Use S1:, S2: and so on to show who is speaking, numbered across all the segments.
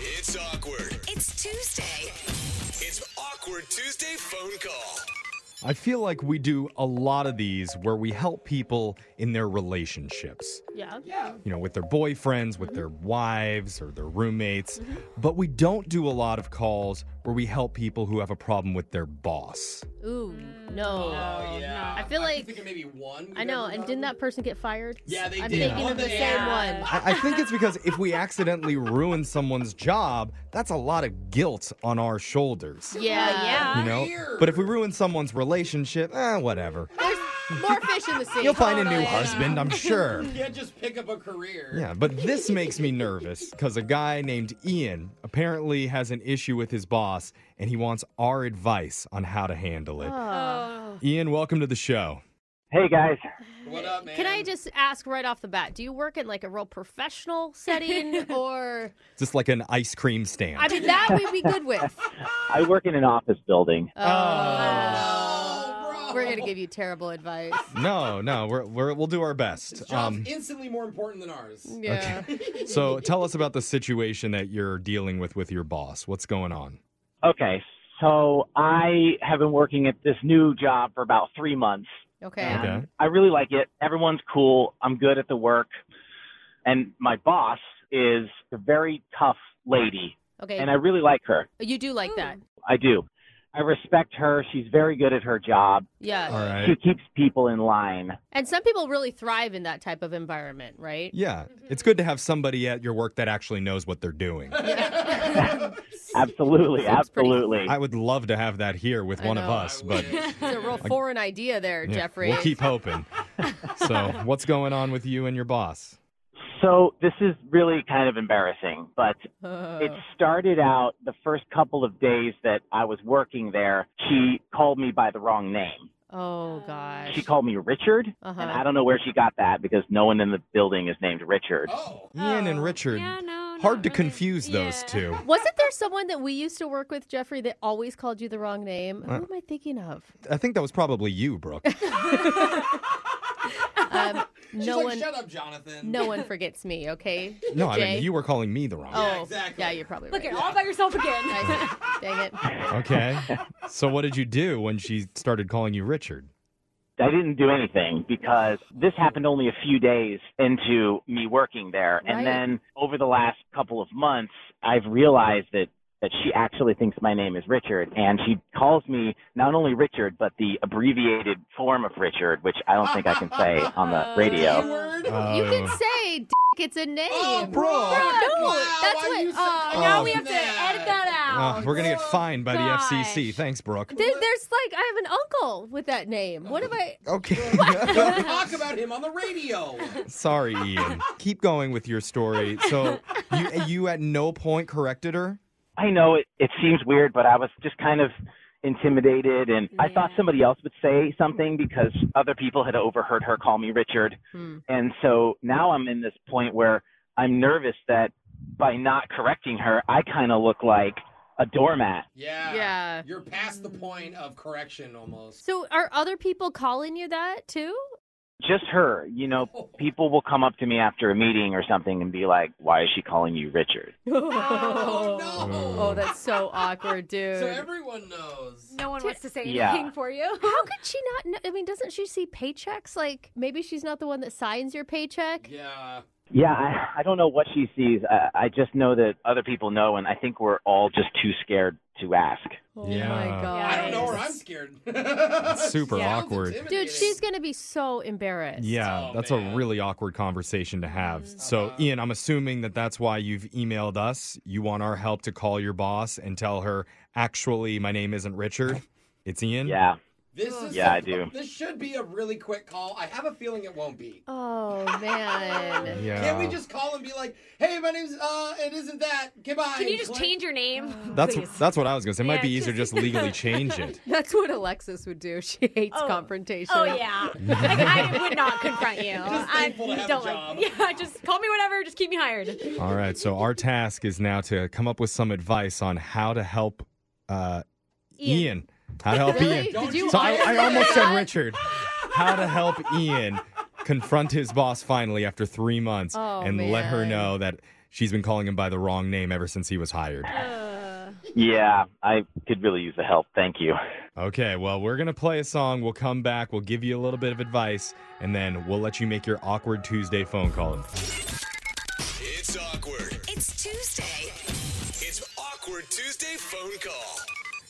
S1: It's awkward.
S2: It's Tuesday.
S1: It's awkward Tuesday phone call.
S3: I feel like we do a lot of these where we help people in their relationships,
S4: Yeah.
S3: you know, with their boyfriends, with their wives, or their roommates. But we don't do a lot of calls where we help people who have a problem with their boss.
S4: Ooh, no.
S5: Mm. Oh, yeah.
S4: I feel
S5: I think
S4: like
S5: of maybe one. we've
S4: I know.
S5: ever
S4: And
S5: done.
S4: didn't that person get fired?
S5: Yeah, they
S4: I'm
S5: did.
S4: thinking
S5: Oh,
S4: of the
S5: they-
S4: same
S5: yeah. Oh,
S4: one.
S3: I, I think it's because if we accidentally ruin someone's job, that's a lot of guilt on our shoulders.
S4: Yeah, yeah.
S3: You know? But if we ruin someone's relationship, eh, whatever.
S4: There's more fish in the sea.
S3: You'll find a new husband, I'm sure.
S5: Can't just pick up a career.
S3: Yeah, but this makes me nervous because a guy named Ian apparently has an issue with his boss and he wants our advice on how to handle it.
S4: Oh.
S3: Ian, welcome to the show.
S6: Hey guys,
S5: What up, man?
S4: Can I just ask right off the bat? Do you work in like a real professional setting, or
S3: Is this like an ice cream stand?
S4: I mean that we'd be good with?
S6: I work in an office building.
S5: Oh, bro.
S4: We're gonna give you terrible advice.
S3: no, no, we're, we're, we'll do our best. Um,
S5: Job's instantly more important than ours.
S4: Yeah.
S3: so tell us about the situation that you're dealing with with your boss. What's going on?
S6: Okay, so I have been working at this new job for about three months.
S4: Okay.
S6: and
S3: Okay.
S6: I really like it. Everyone's cool. I'm good at the work. And my boss is a very tough lady,
S4: Okay.
S6: and I really like her.
S4: you do like that.
S6: I do. I respect her. She's very good at her job.
S4: Yeah.
S3: All right.
S6: She keeps people in line.
S4: And some people really thrive in that type of environment, right?
S3: Yeah, it's good to have somebody at your work that actually knows what they're doing.
S6: Absolutely,
S4: pretty-
S6: absolutely.
S3: I would love to have that here with
S4: I
S3: one of
S4: know.
S3: us, but
S4: It's a real foreign idea there,
S3: Yeah,
S4: Jeffrey.
S3: We'll keep hoping. so, what's going on with you and your boss?
S6: So this is really kind of embarrassing, but
S4: Uh,
S6: It started out the first couple of days that I was working there. She called me by the wrong name.
S4: oh
S6: She
S4: gosh.
S6: called me Richard,
S4: Uh-huh.
S6: and I don't know where she got that because no one in the building is named Richard.
S5: Oh.
S3: Ian and Richard. hard to confuse those two.
S4: Wasn't there someone that we used to work with, Jeffrey, that always called you the wrong name? Who am I thinking of?
S3: I think that was probably you, Brooke.
S4: Um,
S5: She's
S4: no
S5: like,
S4: one,
S5: shut up, Jonathan.
S4: no one forgets me. Okay.
S3: No, I
S4: Jay?
S3: mean you were calling me the wrong.
S4: Oh,
S3: name.
S4: yeah,
S5: exactly.
S4: you're probably
S7: Look,
S4: right.
S7: you're all by yourself again.
S4: I see. Dang it.
S3: Okay. So what did you do when she started calling you Richard?
S6: I didn't do anything because this happened only a few days into me working there.
S4: Right.
S6: And then over the last couple of months, I've realized that that she actually thinks my name is Richard and she calls me not only Richard but the abbreviated form of Richard which I don't think I can say on the
S7: Um,
S6: radio.
S5: Keyword?
S4: You
S3: Oh.
S4: can say d- it's a name.
S5: Oh, bro.
S7: no,
S5: Wow,
S4: that's
S5: why
S4: what-
S5: you said-
S7: Uh,
S5: Oh,
S7: now we have to
S5: that.
S7: edit that
S3: Oh,
S7: out.
S3: we're gonna get fined by
S7: gosh.
S3: the FCC. Thanks, Brooke.
S4: There- there's like I have an uncle with that name. What am I?
S3: Okay.
S5: Don't talk about him on the radio.
S3: Sorry, Ian. Keep going with your story. So you you at no point corrected her?
S6: I know it, it seems weird, but I was just kind of intimidated and I thought somebody else would say something because other people had overheard her call me Richard.
S4: Hmm.
S6: And so now I'm in this point where I'm nervous that by not correcting her, I kind of look like a doormat.
S5: Yeah.
S4: Yeah.
S5: You're past the point of correction almost.
S4: So are other people calling you that too?
S6: Just her, you know, people will come up to me after a meeting or something and be like, why is she calling you Richard?
S5: Oh, no.
S4: Oh, that's so awkward, dude.
S5: So everyone knows.
S7: No one wants to say anything
S6: Yeah.
S7: for you.
S4: How could she not know? I mean, doesn't she see paychecks? Like, maybe she's not the one that signs your paycheck.
S5: Yeah.
S6: Yeah, I, I don't know what she sees. I, I just know that other people know, and I think we're all just too scared to ask.
S4: Oh
S3: Yeah.
S4: my god.
S5: I don't know where I'm scared. It's
S3: super awkward.
S4: Dude, she's going to be so embarrassed.
S3: Yeah,
S5: Oh,
S3: that's
S5: man.
S3: a really awkward conversation to have. So, Ian, I'm assuming that that's why you've emailed us. You want our help to call your boss and tell her, actually, my name isn't Richard, it's Ian.
S6: Yeah.
S5: This is
S6: Yeah, I do.
S5: This should be a really quick call. I have a feeling it won't be.
S4: Oh, man.
S3: Yeah.
S5: Can't we just call and be like, "Hey, my name's uh, it isn't that. Goodbye."
S7: Can you just
S5: Click.
S7: change your name?
S3: That's
S7: Oh, please?
S3: that's what I was gonna say. It might
S7: Yeah,
S3: be easier just legally change it.
S4: That's what Alexis would do. She hates confrontation.
S7: Oh yeah, like, I would not confront you. I
S5: thankful to have a
S7: don't
S5: job.
S7: like. Yeah, just call me whatever. Just keep me hired.
S3: All right. So our task is now to come up with some advice on how to help uh, Ian. How to help
S4: Really?
S3: Ian.
S4: Did you
S3: So I, I almost said Richard. How to help Ian confront his boss finally after three months
S4: Oh,
S3: and let her
S4: man.
S3: know that She's been calling him by the wrong name ever since he was hired.
S6: Yeah, I could really use the help. Thank you.
S3: Okay, well, we're going to play a song. We'll come back. We'll give you a little bit of advice, and then we'll let you make your awkward Tuesday phone call.
S1: It's awkward.
S2: It's Tuesday.
S1: It's awkward Tuesday phone call.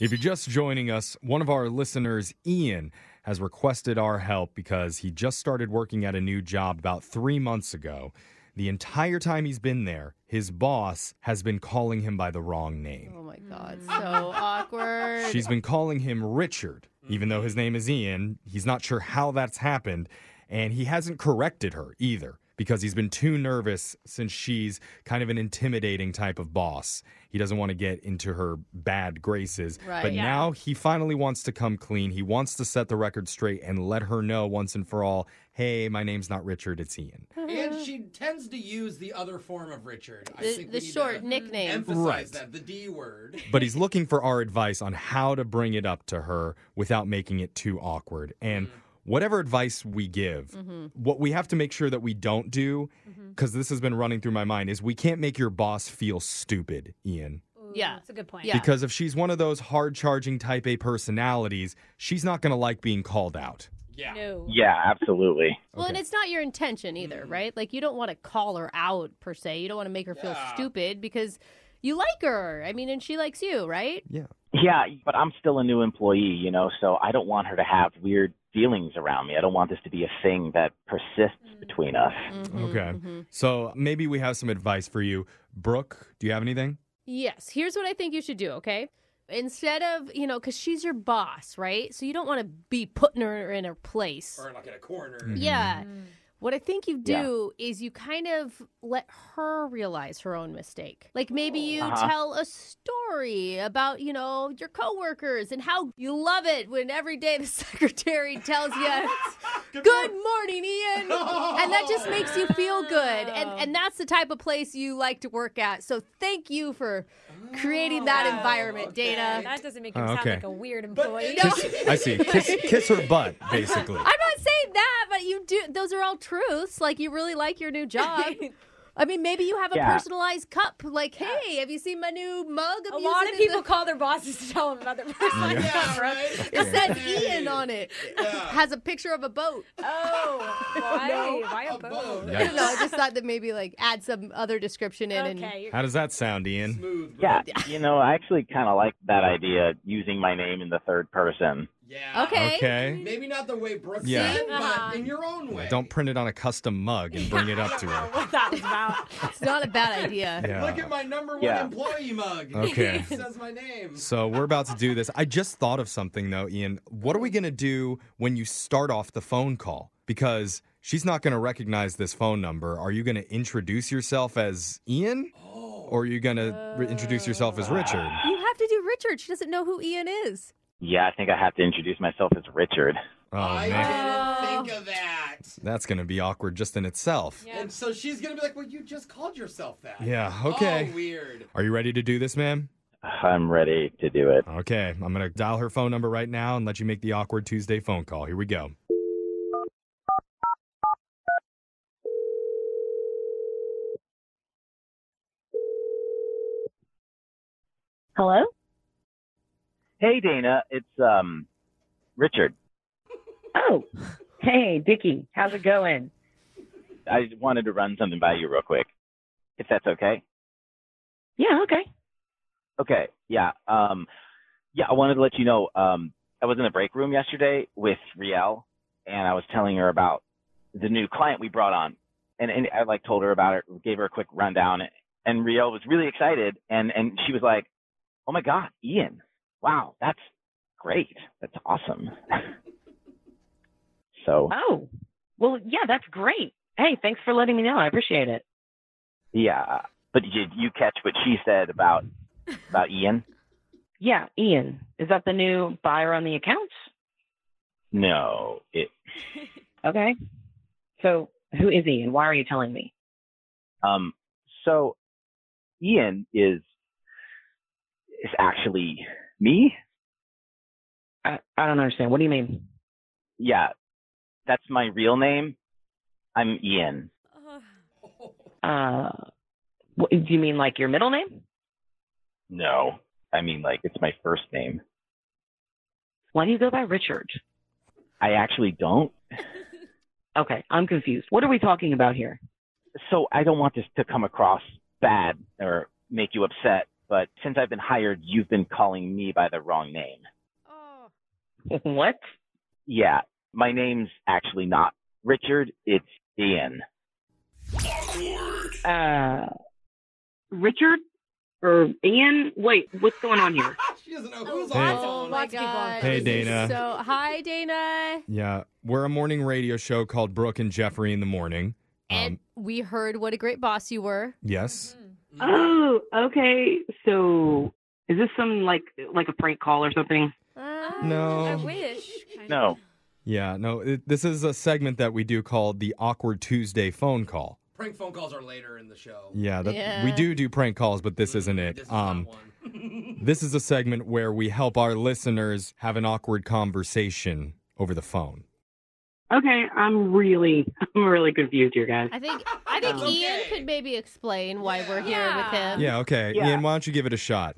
S3: If you're just joining us, one of our listeners, Ian, has requested our help because he just started working at a new job about three months ago. The entire time he's been there, his boss has been calling him by the wrong name.
S8: Oh my God,
S5: Mm.
S8: so awkward.
S3: She's been calling him Richard, even though his name is Ian. He's not sure how that's happened, and he hasn't corrected her either because he's been too nervous since she's kind of an intimidating type of boss. He doesn't want to get into her bad graces.
S8: Right.
S3: But
S8: Yeah.
S3: now he finally wants to come clean. He wants to set the record straight and let her know once and for all hey, my name's not Richard, it's Ian.
S5: And she tends to use the other form of Richard. I
S4: The,
S5: think
S4: the
S5: we need
S4: short
S5: to
S4: nickname.
S5: Emphasize
S3: Right.
S5: that the D word.
S3: but he's looking for our advice on how to bring it up to her without making it too awkward. And
S4: Mm-hmm.
S3: whatever advice we give, what we have to make sure that we don't do,
S4: Mm-hmm.
S3: because this has been running through my mind, is we can't make your boss feel stupid, Ian.
S8: Yeah.
S7: That's a good point.
S8: Yeah.
S3: Because if she's one of those hard charging type A personalities, she's not going to like being called out.
S5: Yeah.
S7: No.
S6: Yeah, absolutely.
S4: Well, and it's not your intention either,
S5: Mm.
S4: right? Like you don't want to call her out per se. You don't want to make her feel
S5: Yeah.
S4: stupid because you like her. I mean, and she likes you, right?
S6: Yeah, but I'm still a new employee, you know, so I don't want her to have weird feelings around me. I don't want this to be a thing that persists between us.
S4: Mm-hmm,
S3: Okay. So maybe we have some advice for you. Brooke, do you have anything?
S4: Yes. Here's what I think you should do, okay? Instead of, you know, because she's your boss, right? So you don't want to be putting her in her place.
S5: Or like in a corner.
S3: Mm.
S4: Yeah. What I think you do is you kind of let her realize her own mistake. Like maybe you
S6: Uh-huh.
S4: tell a story about, you know, your coworkers and how you love it when every day the secretary tells you, Good morning, Ian. And that just makes you feel good. And and that's the type of place you like to work at. So thank you for creating that
S7: Wow.
S4: environment, Dana.
S7: That doesn't make him
S3: Oh,
S7: sound
S3: okay.
S7: like a weird
S5: But
S7: employee.
S5: no.
S3: I see. Kiss, kiss her butt, basically.
S4: I'm not saying that, but you do. Those are all truths. Like you really like your new job. I mean, maybe you have a
S6: Yeah.
S4: personalized cup. Like, hey, have you seen my new mug? I'm
S7: A lot
S4: using
S7: of
S4: in
S7: people call their bosses to tell them about their personal
S5: Yeah,
S7: stuff, right?
S5: right?
S4: The- it says Ian on it.
S5: Yeah.
S4: Has a picture of a boat.
S7: Oh, why? why a
S5: a boat.
S7: boat?
S4: I don't know. I just thought that maybe like add some other description in. And
S7: Okay. you're-
S3: How does that sound, Ian?
S5: Smooth.
S6: Yeah,
S5: right?
S6: you know, I actually kind of like that idea using my name in the third person.
S5: Yeah.
S4: okay.
S3: Okay.
S5: Maybe not the way Brooke
S3: Yeah.
S5: said,
S7: Uh-huh.
S5: but in your own way.
S3: Don't print it on a custom mug and bring it up to
S7: I don't know
S3: her.
S7: what that was about.
S4: It's not a bad idea.
S5: Look
S3: Yeah.
S5: at my number one
S6: Yeah.
S5: employee mug.
S3: Okay.
S5: It says my name.
S3: So we're about to do this. I just thought of something though, Ian. What are we going to do when you start off the phone call? Because she's not going to recognize this phone number. Are you going to introduce yourself as Ian?
S5: Oh.
S3: Or are you going to re- introduce yourself as Richard?
S4: You have to do Richard. She doesn't know who Ian is.
S6: Yeah, I think I have to introduce myself as Richard.
S3: Oh,
S5: Uh, I
S3: man.
S5: didn't think of that.
S3: That's going to be awkward just in itself.
S7: Yeah.
S5: And so she's gonna be like, "Well, you just called yourself that."
S3: Yeah, okay.
S5: Oh, weird.
S3: Are you ready to do this, ma'am?
S6: I'm ready to do it.
S3: Okay, I'm going to dial her phone number right now and let you make the awkward Tuesday phone call. Here we go.
S9: Hello?
S6: Hey, Dana, it's um, Richard.
S9: Oh, hey, Dickie, how's it going?
S6: I wanted to run something by you real quick, if that's okay.
S9: Yeah, okay.
S6: Okay. Yeah. Um, yeah, I wanted to let you know um, I was in the break room yesterday with Riel, and I was telling her about the new client we brought on, and and I like told her about it, gave her a quick rundown, and Riel was really excited, and and she was like, "Oh my God, Ian! Wow, that's great. That's awesome." so
S9: Oh, well, yeah, that's great. Hey, thanks for letting me know. I appreciate it.
S6: yeah, but did you catch what she said about about Ian?
S9: Yeah, Ian, is that the new buyer on the accounts?
S6: No, it
S9: Okay. So, who is Ian? Why are you telling me?
S6: Um, so Ian is is actually me.
S9: I, I don't understand. What do you mean?
S6: Yeah, that's my
S7: Oh,
S6: real name. I'm Ian.
S9: Uh, What, do you mean like your middle name?
S6: No, I mean like it's my first name.
S9: Why do you go by Richard?
S6: I actually don't.
S9: Okay, I'm confused. What are we talking about here?
S6: So I don't want this to come across bad or make you upset, but since I've been hired, you've been calling me by the wrong name.
S4: Oh.
S9: What?
S6: Yeah, my name's actually not Richard. It's Ian.
S1: Awkward.
S9: Uh, Richard or Ian? Wait, what's going on here?
S5: she doesn't know who's
S3: Hey.
S5: on the
S4: Oh
S5: phone.
S4: my
S8: Lots of people on
S4: god.
S3: Hey,
S4: This is
S3: Dana.
S4: So hi Dana.
S3: Yeah, we're a morning radio show called Brooke and Jeffrey in the morning. Um,
S4: And Mm-hmm. we heard what a great boss you were.
S3: yes.
S9: Oh, okay. So is this some like like a prank call or something?
S3: No.
S7: I wish. kind
S6: No.
S7: of.
S3: Yeah, no, it, this is a segment that we do called the Awkward Tuesday phone call.
S5: Prank phone calls are later in the show.
S3: Yeah, that, we
S4: Yeah.
S3: do do prank calls, but this isn't it.
S5: This is not
S3: um,
S5: one.
S3: this is a segment where we help our listeners have an awkward conversation over the phone.
S9: Okay, I'm really I'm really confused here, guys.
S4: I think I think
S5: That's
S4: Ian
S5: okay.
S4: could maybe explain why we're here
S7: Yeah.
S4: with him.
S3: Yeah, okay.
S6: Yeah.
S3: Ian, why don't you give it a shot?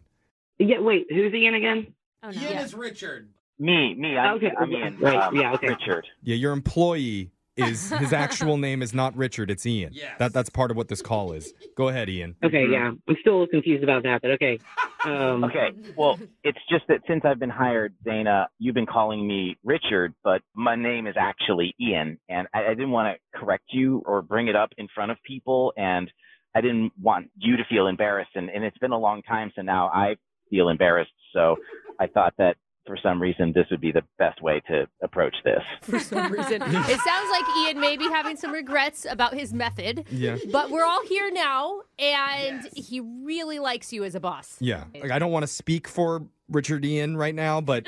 S9: Yeah, wait, who's Ian again?
S7: Oh, no.
S5: Ian is Richard.
S6: Me, me. I'm,
S9: Okay,
S6: I'm
S9: okay,
S6: Ian.
S9: right,
S6: um,
S9: yeah, okay.
S6: Richard.
S3: Yeah, your employee is his actual name is not Richard, it's Ian.
S5: Yes.
S3: That that's part of what this call is. Go ahead, Ian.
S9: Okay, yeah, I'm still a little confused about that, but Mm-hmm. okay. Um,
S6: Okay. Well, it's just that since I've been hired, Dana, you've been calling me Richard, but my name is actually Ian, and I, I didn't want to correct you or bring it up in front of people, and I didn't want you to feel embarrassed, and, and it's been a long time, so now I feel embarrassed. So I thought that for some reason this would be the best way to approach this.
S4: For some reason. it sounds like Ian may be having some regrets about his method.
S3: Yeah.
S4: But we're all here now and
S5: Yes.
S4: he really likes you as a boss.
S3: Yeah. Like I don't want to speak for Richard Ian right now, but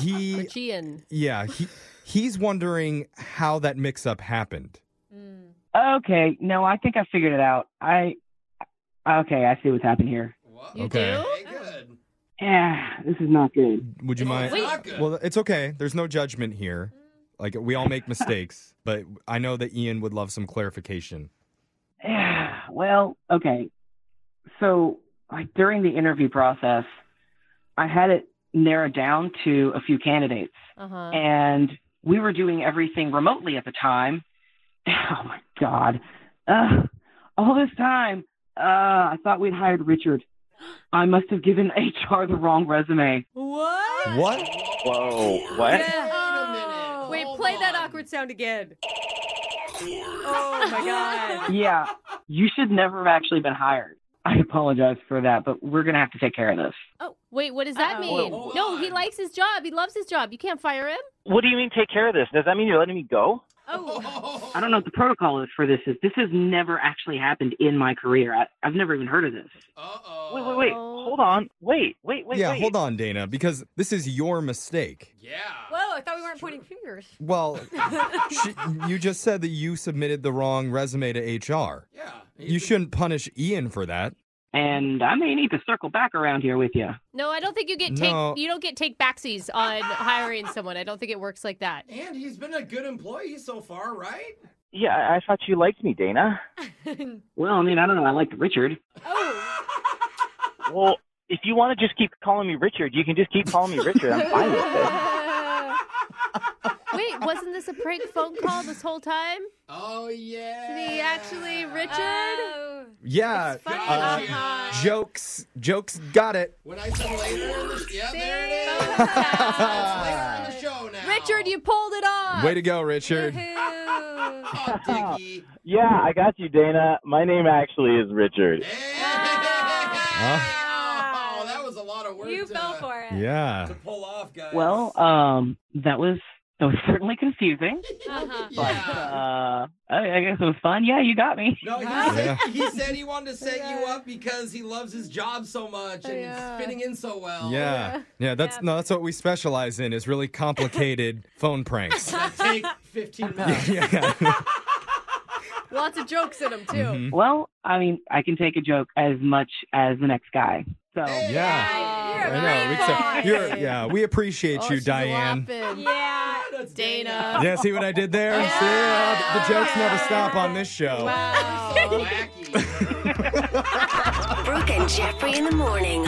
S3: he
S4: Rich Ian.
S3: yeah, he he's wondering how that mix up happened.
S9: Okay, no, I think I figured it out. I okay, I see what's happened here.
S5: What?
S4: You
S3: Okay.
S4: do?
S5: Okay, good.
S9: Yeah, this is not good.
S3: Would you
S5: No,
S3: mind
S5: it's not good.
S3: Well, it's okay. There's no judgment here. Like we all make mistakes, but I know that Ian would love some clarification.
S9: Yeah, well, okay. So, like during the interview process, I had it narrowed down to a few candidates,
S4: Uh-huh.
S9: and we were doing everything remotely at the time. Oh my God. Uh, all this time, uh, I thought we'd hired Richard. I must have given HR the wrong resume.
S4: What?
S3: What?
S6: Whoa, what?
S5: minute.
S4: Oh, Wait,
S5: Hold
S4: play that
S5: on.
S4: awkward sound again.
S7: Oh my god.
S9: Yeah, you should never have actually been hired. I apologize for that, but we're going to have to take care of this.
S4: Oh, wait, what does that
S7: Uh-oh.
S4: mean?
S5: Hold
S4: no, he
S5: on.
S4: likes his job. He loves his job. You can't fire him.
S6: What do you mean take care of this? Does that mean you're letting me go?
S7: Oh.
S9: I don't know what the protocol is for this. Is this has never actually happened in my career? I, I've never even heard of this.
S5: Uh-oh.
S6: Wait, wait, wait. Hold on. Wait, wait, wait.
S3: yeah,
S6: wait.
S3: hold on, Dana, because this is your mistake.
S5: Yeah.
S7: Whoa, I thought we weren't pointing fingers.
S3: Well, she, you just said that you submitted the wrong resume to HR.
S5: Yeah.
S3: You shouldn't punish Ian for that.
S9: And I may need to circle back around here with you.
S4: No, I don't think you get take
S3: No.
S4: you don't get take backsies on hiring someone. I don't think it works like that.
S5: And he's been a good employee so far, right?
S6: Yeah, I- I thought you liked me, Dana.
S9: Well, I mean, I don't know. I liked Richard.
S6: Well, if you want to just keep calling me Richard, you can just keep calling me Richard. I'm fine with it.
S4: Wait, wasn't this a prank phone call this whole time?
S5: Oh, yeah.
S4: Is he actually Richard?
S7: Oh.
S3: Yeah,
S7: funny.
S3: uh,
S5: Uh-huh.
S3: jokes, jokes, got it.
S5: When I said later in the yeah, there it is. It's later in the show now.
S4: Richard, you pulled it off.
S3: Way to go, Richard.
S7: Woohoo.
S5: Oh, Dickie.
S6: Yeah, I got you, Dana. My name actually is Richard.
S5: Hey.
S7: Wow.
S5: Oh, that was a lot of work.
S7: You
S5: to,
S7: fell for it.
S3: Yeah.
S5: to pull off, guys.
S9: Well, um, that was that was certainly confusing,
S7: Uh-huh.
S9: but
S5: yeah.
S9: uh, I, I guess it was fun. Yeah, you got me.
S5: No, he,
S3: Yeah.
S5: said, he said he wanted to set you up because he loves his job so much and
S4: Yeah.
S5: he's fitting in so well.
S3: Yeah. Yeah, that's no, that's what we specialize in is really complicated phone pranks.
S5: That take 15 minutes.
S3: Yeah.
S4: Lots of jokes in him too.
S3: Mhm.
S9: Well, I mean, I can take a joke as much as the next guy. So
S3: Yeah.
S7: You're
S3: I
S7: a
S3: know.
S7: great
S3: It's a-
S7: boy.
S3: you're- yeah, we appreciate
S4: Oh,
S3: you,
S4: she's a
S3: Diane.
S4: whopping.
S7: Yeah.
S5: Ah, That's
S4: Dana.
S3: Yeah, see what I did there? See, uh, the jokes never stop on this show.
S5: Dana.
S4: Wow.
S5: Wacky.
S2: Jeffrey in the morning.